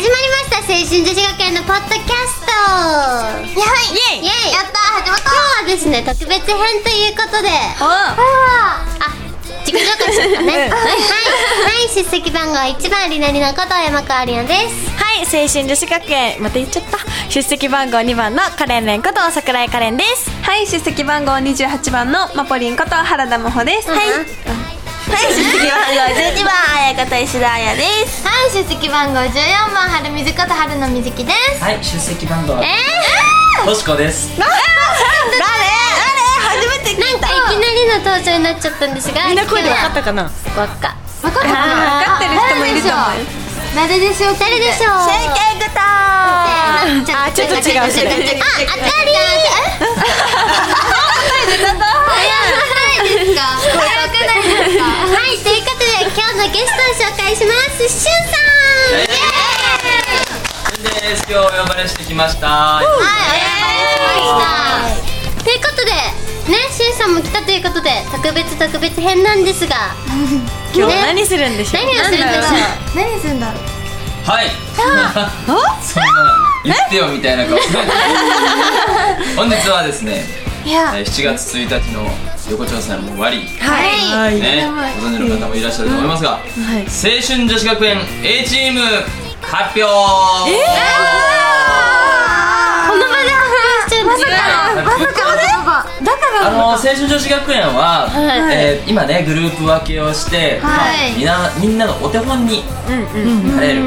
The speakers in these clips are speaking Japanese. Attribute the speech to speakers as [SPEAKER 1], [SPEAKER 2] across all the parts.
[SPEAKER 1] 青春女子学園のポッドキャストはい
[SPEAKER 2] やはい
[SPEAKER 1] イエイ
[SPEAKER 2] やったー始まっ
[SPEAKER 1] 今日はですね特別編ということであ
[SPEAKER 2] た
[SPEAKER 1] 自己紹介しちゃったねはい、はい、出席番号1番りなりのこと山川りなです
[SPEAKER 3] はい、青春女子学園、また言っちゃった。出席番号2番のカレンレンこと桜井カレンです。
[SPEAKER 4] はい、出席番号28番のマポリンこと原田真帆です。
[SPEAKER 1] はい
[SPEAKER 2] はい出席番号12番綾方石田綾です
[SPEAKER 1] はい出席番号14番春水こと春の水木です
[SPEAKER 5] はい、出席番号は
[SPEAKER 1] え
[SPEAKER 5] としこです。
[SPEAKER 2] 誰誰初めて聞い
[SPEAKER 1] ー、なんかいきなりの登場になっちゃったんですが
[SPEAKER 3] みんな声で分かったかな
[SPEAKER 1] わかわかった
[SPEAKER 4] 分かってる人もいると思う。
[SPEAKER 1] 誰でしょう誰でしょう
[SPEAKER 2] 整形グタ
[SPEAKER 1] あ
[SPEAKER 3] ちょっと違う
[SPEAKER 1] あ、あ
[SPEAKER 3] それ
[SPEAKER 1] たり早くないですかはい、ということで今日のゲストを紹介しますしゅんさん
[SPEAKER 5] イエーイです。今日お呼ばれしてきました。
[SPEAKER 1] はい、お願いしましたということで、ね、しゅんさんも来たということで特別特別編なんですが
[SPEAKER 3] 今日何するんでしょう、
[SPEAKER 1] 何をするんでしょ
[SPEAKER 4] 何するんだろう。
[SPEAKER 5] はい。そんな言ってよみたいな顔しないで。 本日はですね、
[SPEAKER 4] いや、
[SPEAKER 5] えー7月1日の横丁祭も終わり、ね、
[SPEAKER 1] うはい
[SPEAKER 3] はい。
[SPEAKER 5] ご存知の方もいらっしゃると思いますが、青春女子学園 A チーム発表。
[SPEAKER 1] この場で発表しちゃうんですか
[SPEAKER 5] 発表あの青春女子学園は、えー今ねグループ分けをして、
[SPEAKER 1] はい
[SPEAKER 5] まあみんなみんなのお手本になれる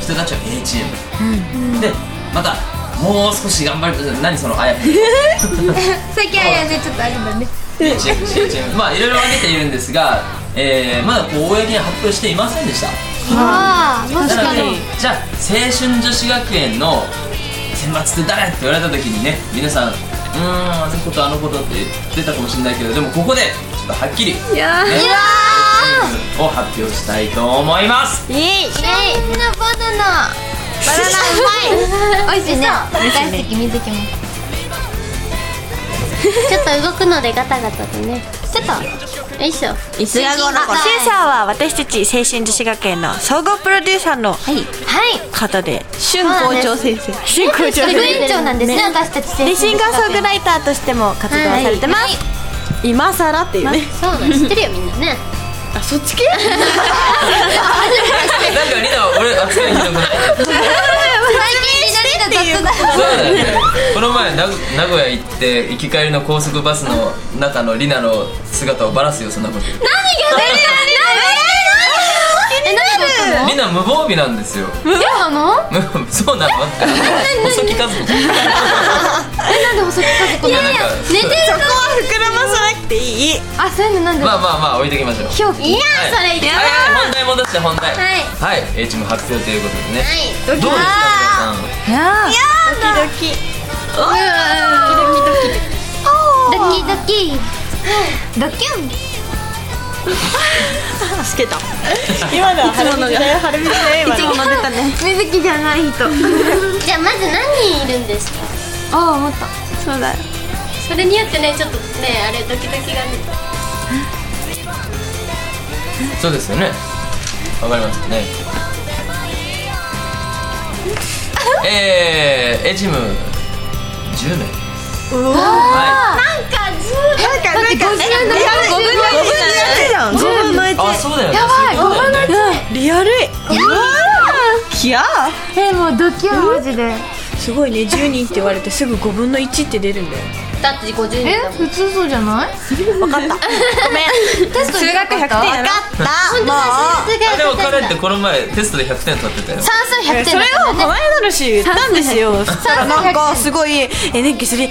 [SPEAKER 5] 人たちを A チーム、でまたもう少し頑張ると何その あや
[SPEAKER 4] 最近はやね、ちょっとあれだね。
[SPEAKER 5] A チーム C チームまあいろいろ分けているんですが、えーまだ公には発表していませんでした
[SPEAKER 4] ああ、も
[SPEAKER 5] なので
[SPEAKER 3] に
[SPEAKER 5] じゃあ青春女子学園の選抜って誰って言われた時にね皆さんうーんあのことあのことって言ってたかもしれないけどでもここでちょっとはっきり
[SPEAKER 4] いや
[SPEAKER 5] ねを発表したいと思います
[SPEAKER 3] イエイ
[SPEAKER 1] イエイ
[SPEAKER 4] みんなバ
[SPEAKER 1] バナ
[SPEAKER 4] ナナ。
[SPEAKER 1] ナうまい美味しいね
[SPEAKER 4] 大好き、水木も。
[SPEAKER 1] ちょっと動くのでガタガタでねちょっとよいしょ
[SPEAKER 2] いつがごろ
[SPEAKER 3] シュンさんは私たち青春女子学園の総合プロデューサーの
[SPEAKER 1] はい
[SPEAKER 3] 方で、
[SPEAKER 4] 春校長先生。
[SPEAKER 3] 進行長
[SPEAKER 1] すごい
[SPEAKER 3] で、
[SPEAKER 4] 園長なんですね、私たち先生。
[SPEAKER 3] でシンガーソングライターとしても活動されてます。今更っていうね。
[SPEAKER 1] そうだ知ってるよみんなね
[SPEAKER 3] あ、そっち系
[SPEAKER 5] なんかリナは俺扱いひどくない
[SPEAKER 4] 最近、みんな
[SPEAKER 5] そうだよねこの前名古名古屋行って行き帰りの高速バスの中のリナの姿をバラすよそんなこと言って
[SPEAKER 1] えなん
[SPEAKER 5] リナ無防備なんですよ
[SPEAKER 4] 雑だ。なの
[SPEAKER 5] 無そう なの細木和子
[SPEAKER 4] え、なんで細木数子なの
[SPEAKER 5] なんか
[SPEAKER 1] 寝てる
[SPEAKER 3] そこは膨らまさなくていい。
[SPEAKER 4] あ、そういうのなんで
[SPEAKER 5] まあまあまあ置いてきましょう
[SPEAKER 4] 狂気
[SPEAKER 1] いやそれいや
[SPEAKER 5] はいはい本題戻して本題
[SPEAKER 1] はい
[SPEAKER 5] はい A チーム発表ということでね
[SPEAKER 1] はい
[SPEAKER 5] どうですか
[SPEAKER 4] いや
[SPEAKER 3] ドキドキ。
[SPEAKER 1] ドキドキ
[SPEAKER 4] ドキュン
[SPEAKER 3] あ、つけた。今のは春水だよ、春水だよ、今の。
[SPEAKER 4] 出たね水木じゃない人
[SPEAKER 1] じゃあまず何人いるんですか
[SPEAKER 4] ああ思ったそうだよ
[SPEAKER 1] それによってねちょっとねあれドキドキがね
[SPEAKER 5] 皆さんそうですよねわかりますよねえー A チーム10名はい
[SPEAKER 1] なんかずーっ
[SPEAKER 3] なんか、なんか、
[SPEAKER 4] 5分の
[SPEAKER 3] 五分の一じゃん。五分の一。
[SPEAKER 5] あ、そうだよね。やばい、そうだよね。
[SPEAKER 3] リアルい。きゃ
[SPEAKER 4] 1えもうドキュンマジです
[SPEAKER 3] ごいね、10人って言われてすぐ5分の1って出るん だよ。
[SPEAKER 1] とだって50人
[SPEAKER 4] え
[SPEAKER 1] だもん
[SPEAKER 4] 普通そうじゃない
[SPEAKER 3] ごめん。
[SPEAKER 4] 確かに数学100点やろ
[SPEAKER 1] 本当だ数学
[SPEAKER 5] あ、でも彼
[SPEAKER 1] が
[SPEAKER 5] ってこの前テストで100点取ってたよ。
[SPEAKER 4] 算数100点
[SPEAKER 3] それをこの間のし言ったんですよ。そしたらなん
[SPEAKER 4] 300
[SPEAKER 3] かすごい、え、なんかそれ、えー、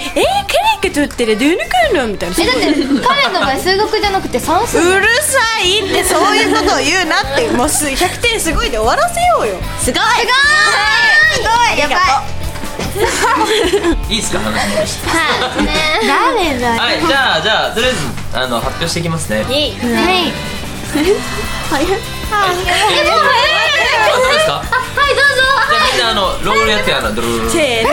[SPEAKER 3] クレイク取ってる、どういうくるのみたいな。
[SPEAKER 4] えだって彼の場合数学じゃなくて算数
[SPEAKER 3] うるさいってそういうことを言うなってもうす100点すごいで終わらせようよ
[SPEAKER 4] すごいすごいすごいやばい
[SPEAKER 5] いいっすか、話戻して。
[SPEAKER 1] はいね
[SPEAKER 4] 誰だ
[SPEAKER 5] はい、じゃあ、じゃあ、とりあえず、あの、発表していきますね。
[SPEAKER 1] いいはい
[SPEAKER 5] あ、そうですか。
[SPEAKER 1] はいどうぞ
[SPEAKER 5] じゃあ、みんな、あの、ロールやって、あの、ドロール。はい、
[SPEAKER 3] せーの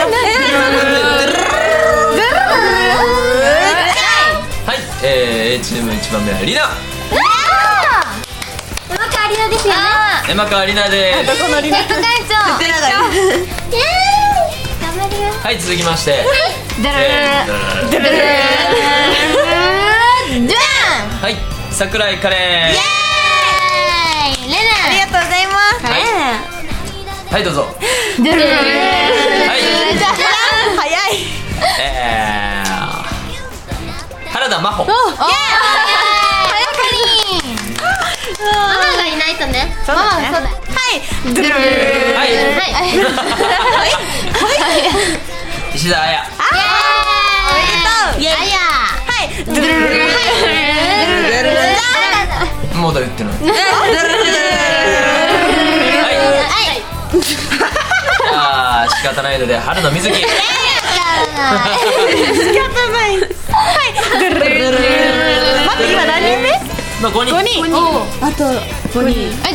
[SPEAKER 5] えー、A チーム一番目はリナ。
[SPEAKER 1] うまくありのですよね
[SPEAKER 5] 山川里奈で
[SPEAKER 3] どこのりな
[SPEAKER 1] 副会長
[SPEAKER 2] 福永です
[SPEAKER 1] イエーイ頑張ります
[SPEAKER 5] すはい続きまして
[SPEAKER 1] ダ
[SPEAKER 5] えー
[SPEAKER 1] ルルルルル
[SPEAKER 5] はい桜井カレ
[SPEAKER 1] イエーイレ
[SPEAKER 2] ありがとうございます
[SPEAKER 5] はいンはいどうぞ
[SPEAKER 1] ナルルルルル
[SPEAKER 5] はい
[SPEAKER 2] 早い
[SPEAKER 5] えー原田真帆
[SPEAKER 1] 早かりママがいないとねママはそうだ
[SPEAKER 2] はいドゥルルル
[SPEAKER 5] はい
[SPEAKER 1] はいイエーイ
[SPEAKER 5] 石田彩
[SPEAKER 2] おめでとうイエイ
[SPEAKER 1] あや
[SPEAKER 2] はいドゥルルルル
[SPEAKER 5] まだ言ってないはい
[SPEAKER 1] はい
[SPEAKER 5] あー仕方ないので原田瑞希
[SPEAKER 2] 待って今何人目
[SPEAKER 5] まあ5人
[SPEAKER 1] はい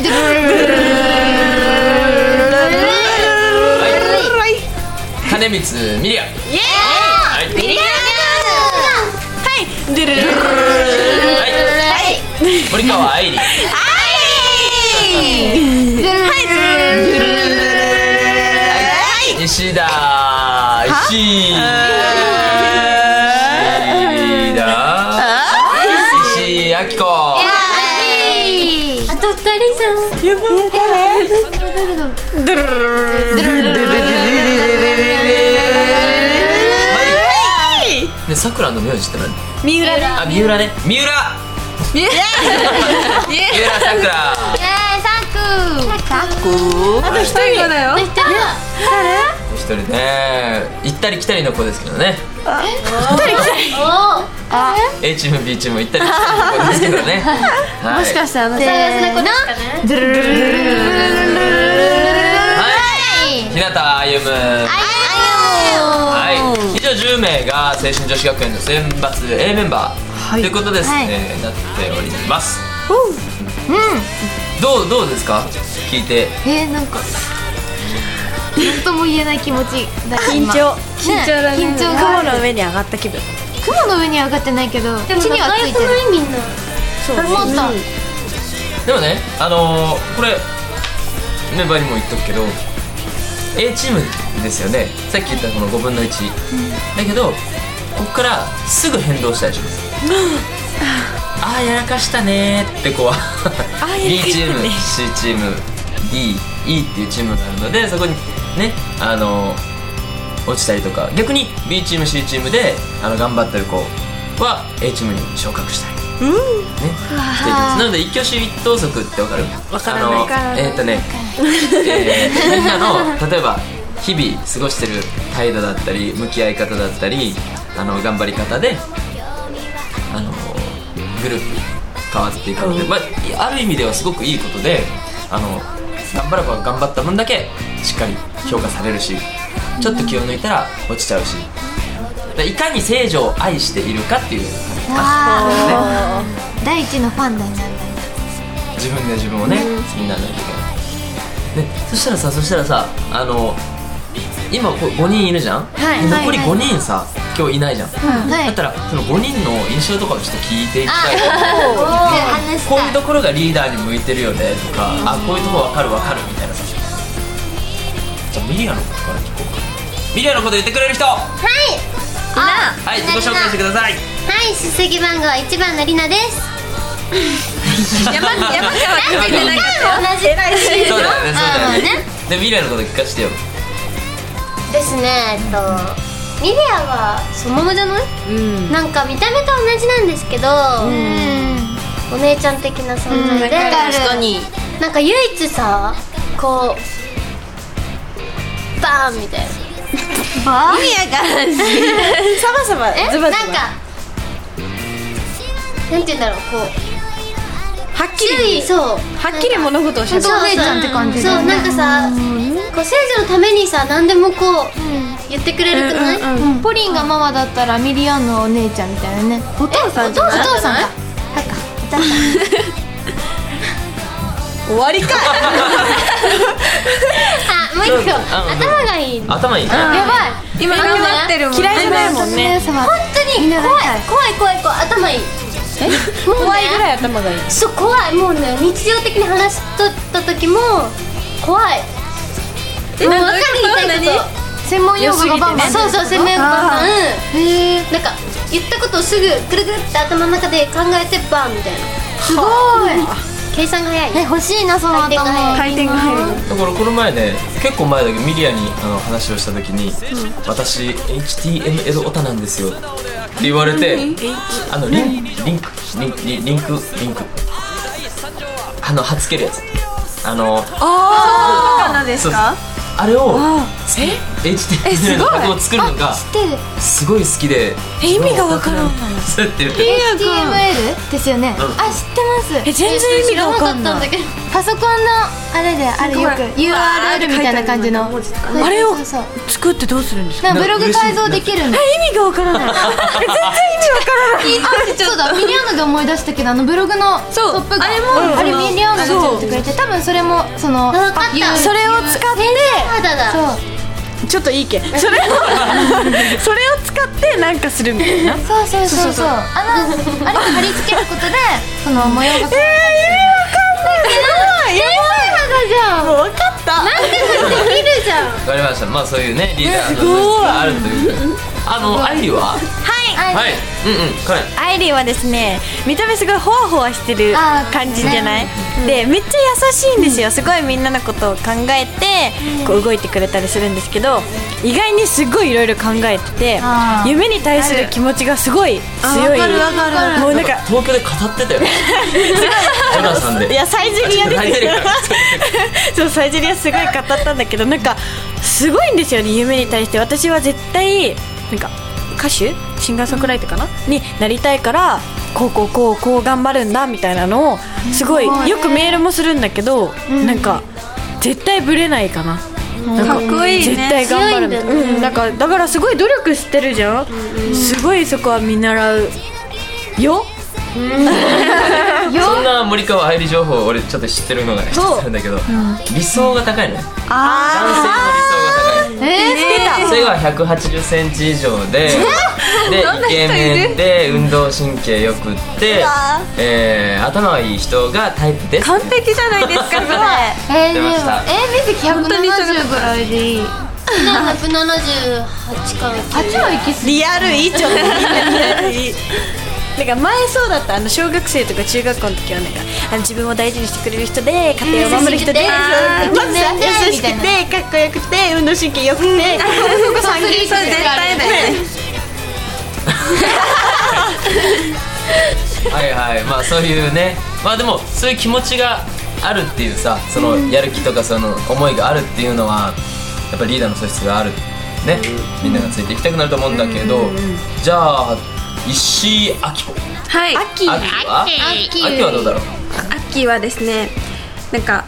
[SPEAKER 1] ドゥルルルルルルルルルルルル
[SPEAKER 2] は
[SPEAKER 1] ル
[SPEAKER 2] い
[SPEAKER 5] 金光ミリア
[SPEAKER 1] イエーイ
[SPEAKER 5] はい
[SPEAKER 1] ビリヤー
[SPEAKER 5] は
[SPEAKER 1] ドはい
[SPEAKER 5] い森川愛理
[SPEAKER 1] ドゥルルルルルルルルル
[SPEAKER 5] 石田石田石井亜希子
[SPEAKER 1] あと二人じゃん。
[SPEAKER 5] はいでさくらの名字って何
[SPEAKER 3] 三浦だ
[SPEAKER 5] あ三浦ね三浦三浦さくら
[SPEAKER 1] えー、サク。サク。
[SPEAKER 4] 最後だよ
[SPEAKER 1] 一人は。
[SPEAKER 5] 一人ね行ったり来たりの子ですけどね
[SPEAKER 1] おお。
[SPEAKER 5] A チーム B チーム行ったり来たりの子ですけど ねもしか
[SPEAKER 1] 探
[SPEAKER 5] して
[SPEAKER 1] すのこの。はい。
[SPEAKER 5] はい日向歩
[SPEAKER 1] あ
[SPEAKER 5] 夢はい、以上10名が青春女子学園の選抜 A メンバー、ということですね、なっておりますうんどうどうですか聞いて
[SPEAKER 1] よ。えー、なんか。なんとも言えない気持ちだ。
[SPEAKER 3] 緊張緊
[SPEAKER 1] 張だね緊張がある
[SPEAKER 3] 雲の上に上がった気分
[SPEAKER 1] 雲の上には上がってないけど。地にはついてる。みんな。そう。思った。
[SPEAKER 5] でもねあのーこれメンバーにも言っとくけど A チームですよねさっき言ったこの5分の1、だけどここからすぐ変動したりしますああやらかしたねーって子は B チーム C チーム DE っていうチームがあるのでそこにねあのー落ちたりとか逆に B チーム C チームであの頑張ってる子は A チームに昇格したりね、していますなので一挙手一投足ってわかるわからないえーっとね、えーみんなの例えば日々過ごしてる態度だったり向き合い方だったりあの頑張り方であのグループ変わっていくので、まあ、ある意味ではすごくいいことであの頑張れば頑張った分だけしっかり評価されるしちょっと気を抜いたら落ちちゃうしだからいかに聖女を愛しているかっていう
[SPEAKER 1] わあ。第一のファンだよね。
[SPEAKER 5] 自分で自分をね、好きにならなきゃいけない、ね、そしたらさそしたらさあの今こう5人いるじゃん、
[SPEAKER 1] はい
[SPEAKER 5] で
[SPEAKER 1] はい
[SPEAKER 5] 残り
[SPEAKER 1] はい
[SPEAKER 5] 5人さ、今日いないじゃん、
[SPEAKER 1] はい
[SPEAKER 5] だったらその5人の印象とかをちょっと聞いていきたい
[SPEAKER 1] おお。話し
[SPEAKER 5] こう
[SPEAKER 1] た
[SPEAKER 5] い
[SPEAKER 1] い。
[SPEAKER 5] うところがリーダーに向いてるよねとか、あこういうとこ分かる分かるみたいなさじゃあミリアのことから聞こうかミリアのこと言ってくれる人は
[SPEAKER 1] はい。
[SPEAKER 5] い自己紹介してください
[SPEAKER 1] はい、出席番号一番のりなです。
[SPEAKER 5] 山山川
[SPEAKER 1] なんで二回も同じ。
[SPEAKER 5] そうだよねそうだよね
[SPEAKER 1] あ
[SPEAKER 5] でミリアのこと聞かせてよ
[SPEAKER 1] ですねえっとミレアはそのままじゃない、なんか見た目と同じなんですけど、お姉ちゃん的な存在で、
[SPEAKER 2] 確かに
[SPEAKER 1] なんか唯一さこうバーンみたいな
[SPEAKER 2] 意味わからんし
[SPEAKER 3] サバサバ
[SPEAKER 1] え
[SPEAKER 3] ズバズバ
[SPEAKER 1] なんかなんて言うんだろうこう
[SPEAKER 3] はっき
[SPEAKER 1] 注意
[SPEAKER 3] り
[SPEAKER 1] そう
[SPEAKER 3] はっきり物事をしゃべる
[SPEAKER 1] お姉ちゃんって感じそうなんかさこう聖女のためにさ何でもこう、言ってくれるくない、
[SPEAKER 6] ポリンがママだったらミリアンのお姉ちゃんみたいなね
[SPEAKER 1] お父さんじゃないお父さんか
[SPEAKER 3] 終わりか
[SPEAKER 1] あ、もう一個
[SPEAKER 5] うんうん
[SPEAKER 1] 頭がいいやば
[SPEAKER 5] 頭いいね
[SPEAKER 1] い
[SPEAKER 4] 今頑張ってるもん
[SPEAKER 3] 嫌いじゃないもんね
[SPEAKER 6] ね
[SPEAKER 1] 本当に怖い怖い怖い怖い頭いい
[SPEAKER 3] え怖いぐらい頭がいい
[SPEAKER 1] そう怖いもうね日常的に話しとった時も怖いもう分かる言いたいこと
[SPEAKER 6] 専門用語がバンバン
[SPEAKER 1] そうそう専門用語バンバンうんなんか言ったことをすぐくるくるって頭の中で考えてバンみたいな
[SPEAKER 6] すごい
[SPEAKER 1] 計算が早い
[SPEAKER 6] え欲しいなその頭
[SPEAKER 1] 回
[SPEAKER 4] 転が入る
[SPEAKER 5] だからこの前ね結構前だけどミリアにあの話をした時に「私 HTML オタなんですよ」って言われてあのリンリンクリンクリンリンクリンクあのはっつけるやつあの
[SPEAKER 4] バカなですか
[SPEAKER 5] あれを HTML の箱を作るのがすごい好きで意味がわからんですって言って
[SPEAKER 6] HTML ですよね
[SPEAKER 5] うん
[SPEAKER 6] あ知ってます
[SPEAKER 3] え全然意味がわかんない
[SPEAKER 6] 知らかったんだけどパソコンのあれであれよく URL みたいな感じのあ
[SPEAKER 3] れを
[SPEAKER 6] そうそう
[SPEAKER 3] 作ってどうするんですか
[SPEAKER 6] なんかブログ改造できるの
[SPEAKER 3] 意味がわからない
[SPEAKER 6] あそうだミリアーノが思い出したけどあのブログの
[SPEAKER 3] そう
[SPEAKER 6] トップが
[SPEAKER 3] あれも
[SPEAKER 6] あれミリアーノが作ってくれて多分それもその
[SPEAKER 1] 分かった
[SPEAKER 6] あ
[SPEAKER 1] それ
[SPEAKER 3] を使って
[SPEAKER 1] 肌だ
[SPEAKER 6] そう
[SPEAKER 3] ちょっといいけそれをそれを使ってなんかするみたいな
[SPEAKER 6] そうそうそうそうあのあれを貼り付けることでその模様が変わる
[SPEAKER 3] もう分かった
[SPEAKER 5] わかりましたまあそういうねリーダーの素質があるというあのアイリーははいはいうんうんカレン
[SPEAKER 3] アイリーはですね見た目すごいホワホワしてる
[SPEAKER 6] あー
[SPEAKER 3] 感じじゃないでめっちゃ優しいんですよすごいみんなのことを考えてこう動いてくれたりするんですけど意外にすごいいろいろ考えてて
[SPEAKER 6] あー
[SPEAKER 3] 夢に対する気持ちがすごい強いもうなんか
[SPEAKER 5] 東京で語ってたよねジョナサンで
[SPEAKER 3] いやサイゼリヤで
[SPEAKER 5] あちょっと泣いてるから
[SPEAKER 3] すそうサイゼリヤすごい語ったんだけどなんかすごいんですよね夢に対して私は絶対なんか歌手シンガーソングライターかなになりたいからこうこうこうこう頑張るんだみたいなのをすごいよくメールもするんだけど、なんか絶対ブレないかな。なんか
[SPEAKER 4] っこいい
[SPEAKER 3] 絶
[SPEAKER 4] ね
[SPEAKER 3] 対頑張るみたいな、うん、なんかだからすごい努力してるじゃん、すごいそこは見習うよ
[SPEAKER 5] そんな森川愛理情報俺ちょっと知ってるのがね知ってるんだけど、理想が高いのよ男性の理想が高い背が1 8 0センチ以上で でイケメンで運動神経よくって、えー、頭がいい人がタイプです
[SPEAKER 4] 完璧じゃないですかそれ
[SPEAKER 6] えー、で
[SPEAKER 5] 出
[SPEAKER 6] も
[SPEAKER 5] ました
[SPEAKER 6] えー、面積
[SPEAKER 4] 当にそれ
[SPEAKER 6] 170ぐらいでいい
[SPEAKER 1] 178から
[SPEAKER 6] あっちもいけす
[SPEAKER 3] リアルいいちょっとなんか前そうだったあの小学生とか中学校の時はなんかあの自分を大事にしてくれる人で家庭を守る人で
[SPEAKER 1] 優しくて
[SPEAKER 3] まず優しく
[SPEAKER 6] み
[SPEAKER 3] てかっこよくて運動神経よくて、
[SPEAKER 6] ごさんぎりそれ絶対だよ
[SPEAKER 5] はいはいまあそういうねまあでもそういう気持ちがあるっていうさそのやる気とかその思いがあるっていうのはやっぱりリーダーの素質があるねみんながついていきたくなると思うんだけどじゃあ石井明子
[SPEAKER 4] はい
[SPEAKER 5] 秋は秋はどうだろう
[SPEAKER 4] アッキーはですねなんか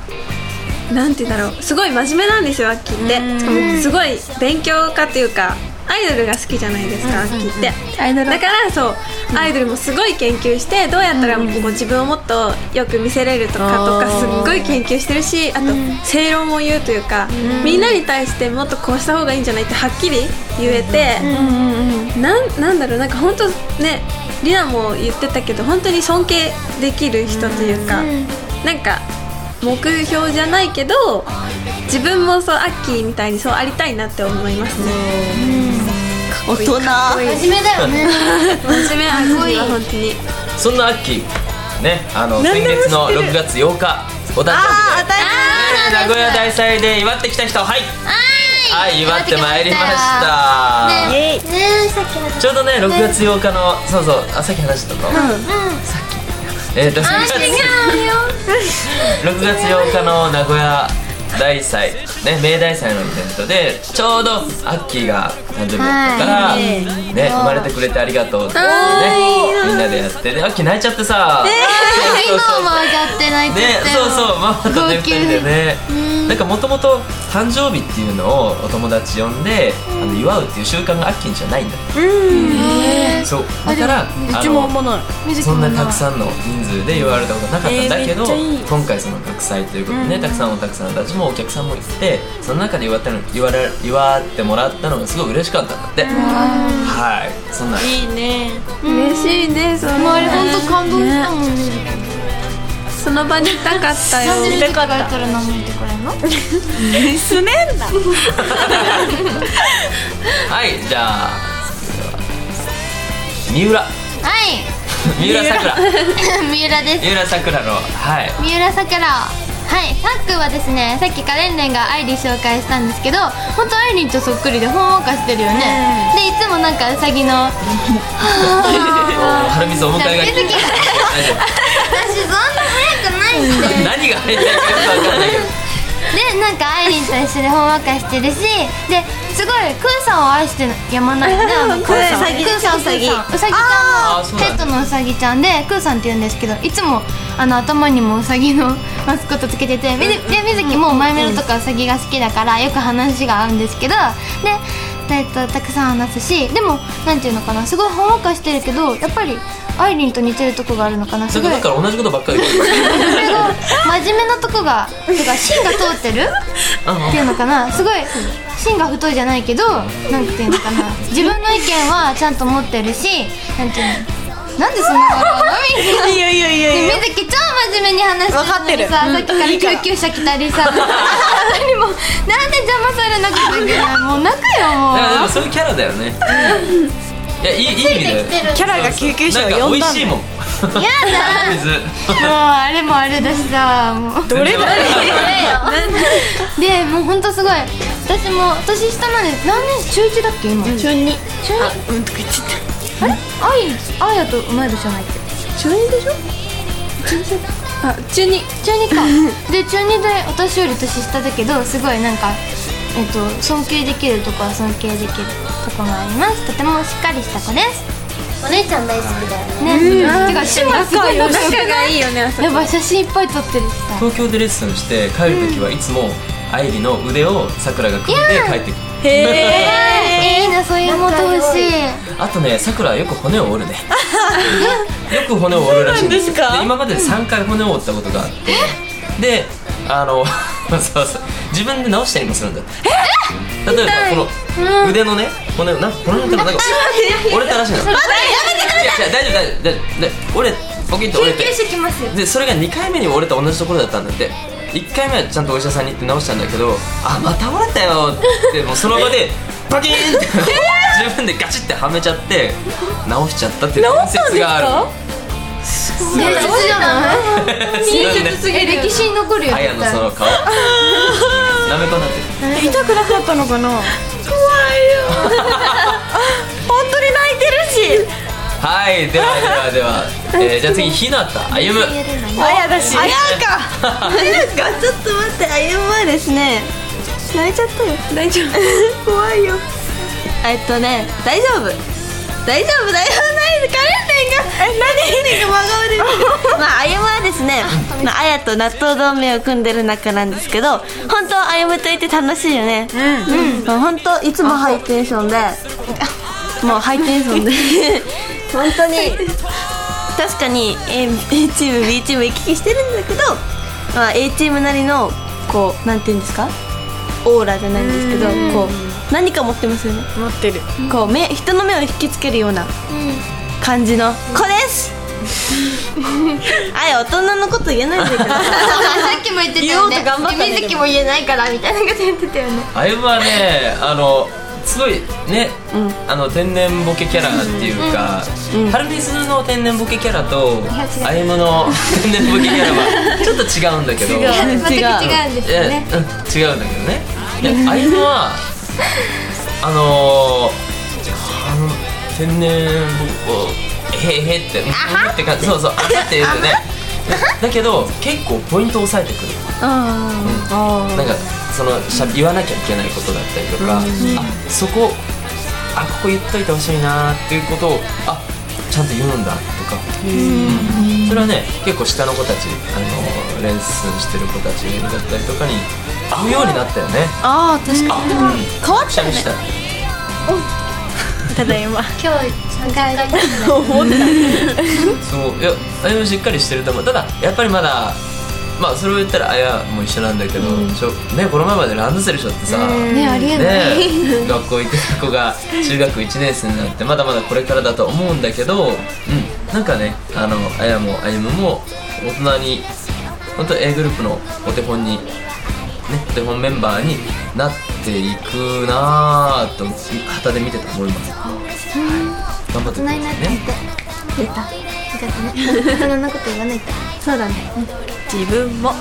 [SPEAKER 4] なんて言うんだろうすごい真面目なんですよアッキーってしかもすごい勉強家というかアイドルが好きじゃないですか、アッキーってアイドルだからそう、アイドルもすごい研究してどうやったらもう自分をもっとよく見せれるとかとかすっごい研究してるしあと正論を言うというか、みんなに対してもっとこうした方がいいんじゃないってはっきり言えて、なんなんだろうなんか本当ねリナも言ってたけど本当に尊敬できる人というか、なんか目標じゃないけど自分もそうアッキーみたいにそうありたいなって思いますね、
[SPEAKER 2] 大人
[SPEAKER 1] 真面目だよね
[SPEAKER 4] 真面目アッキーは本当に
[SPEAKER 5] そんな秋ねあの先月の6月8日お誕生日で名古屋大祭で祝ってきた人はいはい祝ってまいりました
[SPEAKER 1] ねえさっきの
[SPEAKER 5] ちょうどね6月8日のそうそうあさっき話したのさっきえっと6月
[SPEAKER 1] 違うよ
[SPEAKER 5] 6月8日の名古屋大祭ね明大祭のイベントでちょうどアッキーが誕生日だったからね生まれてくれてありがとうってねみんなでやってねアッキー泣いちゃってさそうそうそう
[SPEAKER 6] マージャって泣いて
[SPEAKER 5] ね
[SPEAKER 6] たよ
[SPEAKER 5] そうそうママとね2人でねなんかもともと誕生日っていうのをお友達呼んで、あの祝うっていう習慣がアッキーにじゃないんだってそうだからあの
[SPEAKER 3] もない
[SPEAKER 5] そんなにたくさんの人数で言われたことなかったんだけど、
[SPEAKER 3] えーめっちゃいい
[SPEAKER 5] 今回その学祭ということでね、たくさんお客さんたちもお客さんもいててその中で祝ったの祝われ祝ってもらったのがすごい嬉しかったんだってはいそんない
[SPEAKER 3] いね
[SPEAKER 4] 嬉しいねそれ
[SPEAKER 6] もうあれ本当感動したもんね
[SPEAKER 4] その場にいたかったよ
[SPEAKER 6] 30とかがやったら何も言ってくれん の
[SPEAKER 3] すねんだ
[SPEAKER 5] はいじゃあそれでは
[SPEAKER 6] はい
[SPEAKER 5] 三浦三浦さくら
[SPEAKER 6] 三浦です
[SPEAKER 5] 三浦さくらのはい
[SPEAKER 6] 三浦さくらはいさっくんはですねさっきカレンレンがアイリー紹介したんですけど本当アイリーとそっくりでほんわかしてるよね、でいつもなんかウサギの
[SPEAKER 5] お春水お迎えが来て
[SPEAKER 6] 好き好き
[SPEAKER 5] 大丈
[SPEAKER 6] 私そんな早くないんで
[SPEAKER 5] 夫何が早いかよくわかんないけど
[SPEAKER 6] でなんかアイリンと一緒でほんわかしてるしですごいクーさんを愛してやまないねあの クーさん
[SPEAKER 2] うさぎ
[SPEAKER 6] クーさ
[SPEAKER 2] う
[SPEAKER 6] ん
[SPEAKER 2] さぎ
[SPEAKER 6] クーさんうさぎち
[SPEAKER 5] あーあー
[SPEAKER 6] ゃん
[SPEAKER 5] そ
[SPEAKER 6] の
[SPEAKER 5] うな
[SPEAKER 6] ペ
[SPEAKER 5] んだ
[SPEAKER 6] ットのうさぎちゃんでクーさんって言うんですけどいつもあの頭にもうさぎのマスコットつけててみずでみずきもマイメロとかうさぎが好きだからよく話が合うんですけどでえっとたくさん話すしでもなんていうのかなすごいほんわかしてるけどやっぱりアイリンと似てるとこがあるのかな
[SPEAKER 5] そ
[SPEAKER 6] す
[SPEAKER 5] れ
[SPEAKER 6] ごい
[SPEAKER 5] だから同じことばっかり言ってる
[SPEAKER 6] 真面目なとこがてか芯が通ってるっていうのかなすごい芯が太いじゃないけどなんていうのかな自分の意見はちゃんと持ってるしなんていうのなんでそんな笑うのみんな。
[SPEAKER 3] いやいやいやいや
[SPEAKER 6] ねみずき超真面目に話してるのにさ、さっきから救急車来たりさ、何もなんで邪魔されなくちゃいけない、もう泣くよもう。
[SPEAKER 5] いやでもそういうキャラだよねいやいいいい意味だよね
[SPEAKER 3] キャラが救急車を
[SPEAKER 5] なんか
[SPEAKER 3] 呼
[SPEAKER 5] 美
[SPEAKER 3] んだ
[SPEAKER 5] 味
[SPEAKER 3] んだ
[SPEAKER 5] しい
[SPEAKER 3] よ
[SPEAKER 5] もん
[SPEAKER 6] やだ、
[SPEAKER 5] 水
[SPEAKER 6] もうあれもあれだしさ、もう。
[SPEAKER 5] どれだ
[SPEAKER 6] でもう本当すごい私も年下なんです何年中1だっけ今、中2中2あうんとか言っちゃったあれあいあやと同い年じゃないっけ
[SPEAKER 4] 中二でしょあ中二
[SPEAKER 6] 中2かで中2で私より年下だけどすごいなんかえっと尊敬できるとこは尊敬できるとこがありますとてもしっかりした子です
[SPEAKER 1] お姉ちゃん大好きだよね
[SPEAKER 6] ね、てか趣味がすごい仲
[SPEAKER 4] 仲がいいよねあそこ
[SPEAKER 6] やばい写真いっぱい撮ってるしさ
[SPEAKER 5] 東京でレッスンして帰る時はいつも愛梨の腕をさくらが組んで帰ってくる
[SPEAKER 3] へえ
[SPEAKER 6] えー、いいなそういう妹欲しい
[SPEAKER 5] あとねさくらはよく骨を折るねよく骨を折るらし
[SPEAKER 3] そ
[SPEAKER 5] いん
[SPEAKER 3] うなんですか
[SPEAKER 5] 今まで3回骨を折ったことがあってであの そうそう自分で直したりもするんだって例えばこの腕のね骨をなんかこの辺からなんか折れたらしいの待ってやめてくださいや大丈夫大丈夫大丈夫で折れポキッと折れて
[SPEAKER 6] きますよ
[SPEAKER 5] でそれが2回目に折れた同じところだったんだって1回目はちゃんとお医者さんに行って直したんだけどあまた折れたよってもうその 場でバキーンって自分でガチってはめちゃって直しちゃったっていう伝説がある
[SPEAKER 6] 伝説じゃない
[SPEAKER 5] すごいね
[SPEAKER 6] え歴史に残るよ
[SPEAKER 5] あやのその 顔なめこになってる
[SPEAKER 3] 痛くなかったのかな怖いよ本当に泣いてるし
[SPEAKER 5] はいではではでは、えーじゃあ次日向歩む
[SPEAKER 3] あやだしあやか
[SPEAKER 2] なんかちょっと待ってあゆむはですね泣いちゃったよ
[SPEAKER 4] 大丈 夫
[SPEAKER 2] 怖いよえっとね大丈夫大丈夫大丈夫ないカレンデンがえ何が真 顔でまああゆむはですねまああやと納豆同盟を組んでる仲なんですけど本当あゆむといて楽しいよねうん、まあ本当いつもハイテンションでもうハイテンシ ョンで本当に確かに A, A チーム B チーム行き来してるんだけど、まあ、A チームなりのこうなんていうんですかオーラじゃないんですけどこう何か持ってますよね
[SPEAKER 3] 持ってる
[SPEAKER 2] こう目人の目を引きつけるような感じの子です、あい大人のこと言えないんだけど
[SPEAKER 6] さっきも言ってたよね
[SPEAKER 2] 言おうと頑張ったんだけど
[SPEAKER 6] で水木も言えないからみたいなこと言ってたよね
[SPEAKER 5] 歩むはねあのすごいね、あの天然ボケキャラっていうか、ハルミスの天然ボケキャラと歩むの 天然ボケキャラはちょっと違うんだけど
[SPEAKER 6] 全く違うんですよね
[SPEAKER 5] えうん違うんだけどねで歩むはあのー、あの天然ボケへへってうんって感じそうそうあはって言うよねだけど結構ポイントを押さえてくるなんかそのしゃ言わなきゃいけないことだったりとか、あそこあここ言っといてほしいなっていうことをあちゃんと言うんだとか、うんそれはね結構下の子たちあのレッスンしてる子たちだったりとかに言うようになったよね
[SPEAKER 2] ああ確か
[SPEAKER 5] あ、うん、変わったよねした
[SPEAKER 2] にただいま
[SPEAKER 6] 今日3回だけ
[SPEAKER 5] そういやあれもしっかりしてると思うただやっぱりまだまあそれを言ったらあやも一緒なんだけど、しょね、この前までランドセルしょってさ、
[SPEAKER 6] ねありえない、
[SPEAKER 5] ね、学校行く子が中学1年生になってまだまだこれからだと思うんだけど、うん、なんかねあのあやもあゆむも大人に本当 A グループのお手本に、ね、お手本メンバーになっていくなぁと旗で見てて思います、はい、頑張ってくだ
[SPEAKER 6] 大
[SPEAKER 5] さい
[SPEAKER 6] 人になって
[SPEAKER 5] ね
[SPEAKER 6] 出た出たね大人のこと言わないとそうだね
[SPEAKER 3] 自分も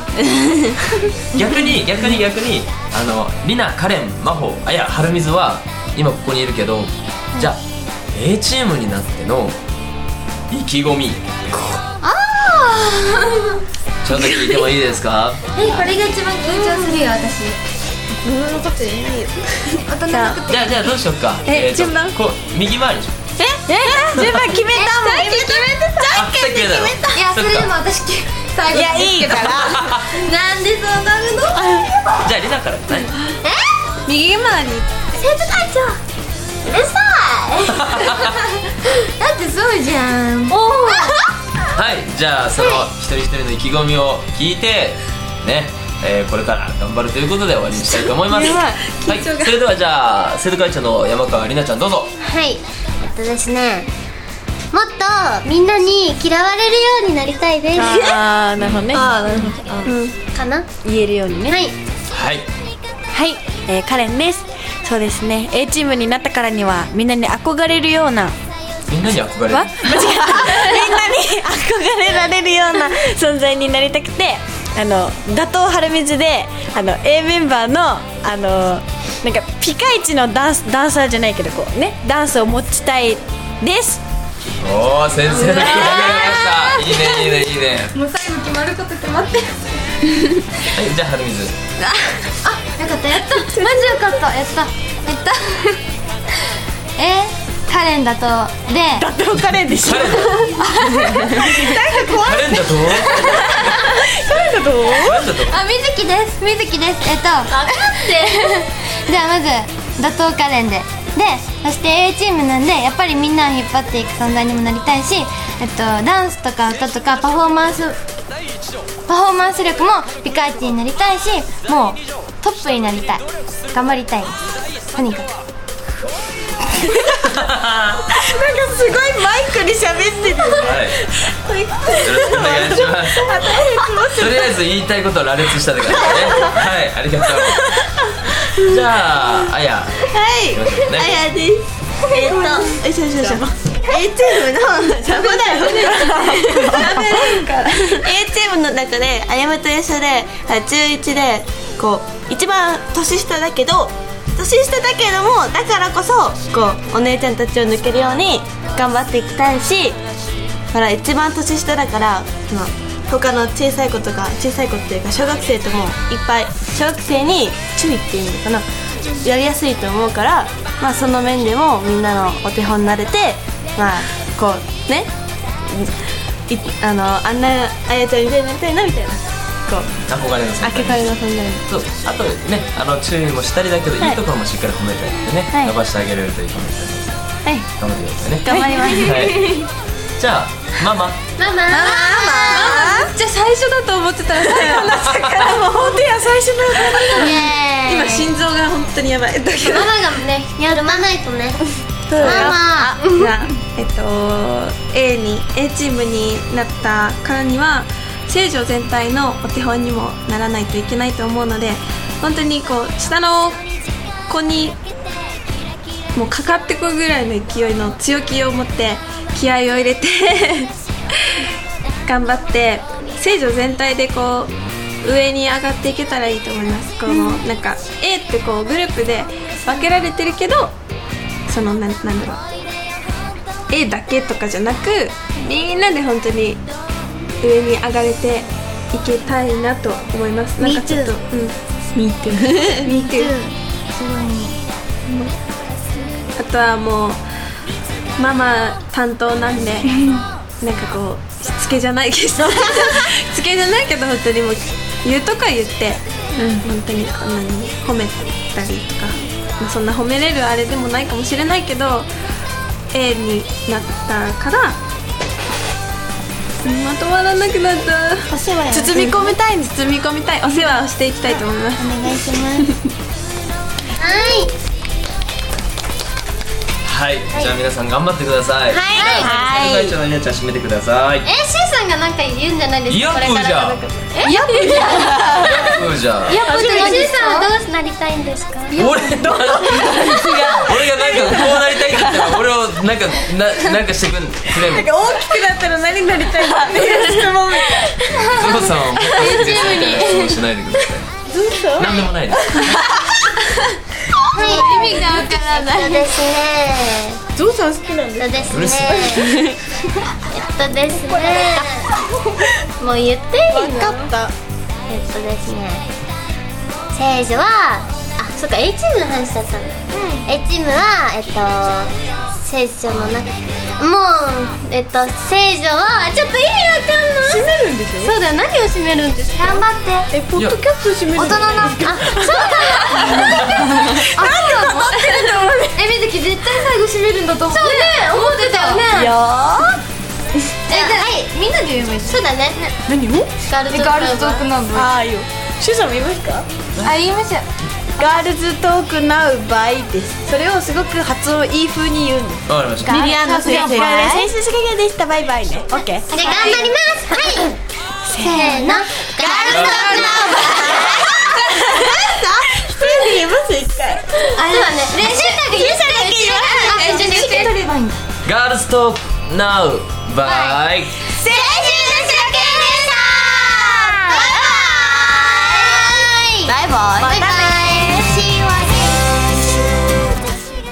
[SPEAKER 5] 逆に逆に逆にあのリナカレン真帆あや春水は今ここにいるけど、じゃあ A チームになっての意気込みちょっと聞いてもいいです か
[SPEAKER 6] えこれが一番緊張するよ私大人のこと言えないよ大人のこと
[SPEAKER 5] じゃあじゃあどうしよっかえーと
[SPEAKER 4] 順番
[SPEAKER 5] こう右回りじ
[SPEAKER 3] え順番決めたもん
[SPEAKER 5] ゃんあさっき決めた
[SPEAKER 6] いやそれでも私最後に
[SPEAKER 3] いいから
[SPEAKER 6] なんでそうなるの
[SPEAKER 5] じゃあリナからね
[SPEAKER 4] 右回り
[SPEAKER 6] 生徒会長うるさいだってそうじゃんおお
[SPEAKER 5] はいじゃあその一人一人の意気込みを聞いてねえーこれから頑張るということで終わりにしたいと思います。はい、それではじゃあ生徒会長の山川里奈ちゃんどうぞ。
[SPEAKER 1] はいえっとですねもっとみんなに嫌われるようになりたいです
[SPEAKER 3] あーなるほどね
[SPEAKER 1] かな
[SPEAKER 3] 言えるようにね
[SPEAKER 1] はい
[SPEAKER 5] はい。
[SPEAKER 3] はい、えーカレンですそうですね A チームになったからにはみんなに憧れるような
[SPEAKER 5] みんなに憧れる
[SPEAKER 3] わ間違 えたみんなに憧れられるような存在になりたくてあの打倒春水であの A メンバーのあのなんかピカイチのダンスダンサーじゃないけどこうねダンスを持ちたいです
[SPEAKER 5] おお先生の気になりましたいいねいいねいいね
[SPEAKER 6] もう最後決まること決まって
[SPEAKER 5] はいじゃあ春水
[SPEAKER 6] あよかったやったマジよかったやったやったえカレンだとで
[SPEAKER 3] 打倒カレンでしょ
[SPEAKER 5] カレンだカレンだとカレンだと
[SPEAKER 6] あ、みずきです。みずきです。えっと。って。 じゃあ、まず、打倒カレンで。で、そして A チームなんで、やっぱりみんなを引っ張っていく存在にもなりたいし、えっと、ダンスとか歌とかパフォーマンス、パフォーマンス力もピカイチになりたいし、もうトップになりたい。頑張りたいです。とにかく。
[SPEAKER 3] すごいマイクに喋ってる
[SPEAKER 5] はい よろしくお願いしますとりあえず言いたいことを羅列したって感じねはいありがと うじゃああやはいきましょうね
[SPEAKER 2] やですえっとよいしょよいしょよいしょ A チームのダメだよダメだから A チームの中であやむと一緒であ中1でこう一番年下だけど年下だけどもだからこそこうお姉ちゃんたちを抜けるように頑張っていきたいしほら一番年下だからその他の小さい子とか小さい子っていうか小学生ともいっぱい小学生に注意っていうのかなやりやすいと思うから、まあ、その面でもみんなのお手本になれてまあこうねいあのあんなあやちゃんみたいになりたいなみたいなこう
[SPEAKER 5] 憧れの先
[SPEAKER 2] あけかれの存在に
[SPEAKER 5] そうあとねあの注意もしたりだけど、い、いところもしっかり褒めてあげてね、伸ばしてあげれるといいかもしれないです頑張ってく
[SPEAKER 2] 頑
[SPEAKER 5] ださいね
[SPEAKER 2] 張ります
[SPEAKER 5] はい、じゃあママ
[SPEAKER 1] ママ
[SPEAKER 4] じゃあ最初だと思ってたら最後だ
[SPEAKER 1] イエーイ
[SPEAKER 4] 今心臓が本当にやばいだけど
[SPEAKER 1] ママがねやるまないとね
[SPEAKER 4] そう
[SPEAKER 1] マ
[SPEAKER 4] だよ
[SPEAKER 1] マ
[SPEAKER 4] じゃあえっと A に A チームになったからには聖女全体のお手本にもならないといけないと思うので本当にこう下の子にもうかかってこいぐらいの勢いの強気を持って気合を入れて 頑張って聖女全体でこう上に上がっていけたらいいと思いますこのなんか A ってこうグループで分けられてるけどそのなんなんだろう A だけとかじゃなくみんなで本当に上に上がれていけたいなと思いますなんかちょっとうん Me too Me too あとはもうママ担当なんでなんかこうしつけじゃない けどしつけじゃないけど本当にもう言うとか言って、本当にこんなに褒めたりとか、まあ、そんな褒めれるあれでもないかもしれないけど A になったからまとまらなくなった
[SPEAKER 6] お世話
[SPEAKER 4] 包み込みたい包み込みたいお世話をしていきたいと思います
[SPEAKER 6] お願いします
[SPEAKER 1] はい
[SPEAKER 5] はい、じゃあ皆さん頑張ってください
[SPEAKER 1] はい
[SPEAKER 5] はい会長のりなちゃん締めてください
[SPEAKER 1] えシーさんがなんか言うんじゃないですかこれから
[SPEAKER 5] ヤップ
[SPEAKER 1] えヤップじゃん
[SPEAKER 5] そうじゃあ
[SPEAKER 1] ヤップってシーさんはどうなりたいんですか
[SPEAKER 5] 俺の俺がなんかこうなりたいって言ったら俺をなんかななんかしてくんくれる
[SPEAKER 4] 大きくなったら何になりたいかっていう質問みたい
[SPEAKER 5] ゾウさんはもっと好きですみたいな質問しないでくださいなんでもないです
[SPEAKER 1] はい意味がわからないそうですね
[SPEAKER 4] ゾウさん好きなんで
[SPEAKER 1] そうです
[SPEAKER 5] うる
[SPEAKER 1] ね
[SPEAKER 5] さ
[SPEAKER 1] えっとですねもう言っていいの
[SPEAKER 4] た
[SPEAKER 1] えっとですね聖女はあそっか A チームの話だったの、うん、A チームはえっと聖女の中もうえっと聖女はちょっと意味わかんない
[SPEAKER 4] 閉めるんでし
[SPEAKER 1] そうだよ何を締めるんですか頑張って
[SPEAKER 4] えポッドキャスト閉め
[SPEAKER 1] 大人
[SPEAKER 4] る
[SPEAKER 1] のあそうだよなんで
[SPEAKER 6] えみずき絶対最後締めるんだと思う
[SPEAKER 1] そうね思ってたよね
[SPEAKER 6] よ
[SPEAKER 1] えじゃあはい
[SPEAKER 6] みんなで言えばいい
[SPEAKER 1] そうだね
[SPEAKER 4] 何も
[SPEAKER 1] ガールズ
[SPEAKER 6] ガールズトークナブ
[SPEAKER 4] ああいいよシュウさんも言いますか
[SPEAKER 6] あ言いましょう
[SPEAKER 3] ガールズトークナウバイですそれをすごく発音いい風に言うんです
[SPEAKER 5] わかりました
[SPEAKER 2] リリアンの先生
[SPEAKER 3] あ先生がでしたバイバイねオッケ ー
[SPEAKER 1] で頑張りますはいせーのガールズトークナンバー
[SPEAKER 3] 言えます一回
[SPEAKER 1] あれはね練習会で言っただけ言わない練習で言って
[SPEAKER 6] 取ればいいんだ
[SPEAKER 5] ガールズトークナウバ
[SPEAKER 1] 青春の初見
[SPEAKER 5] イ
[SPEAKER 1] でしたバイバイバイバイ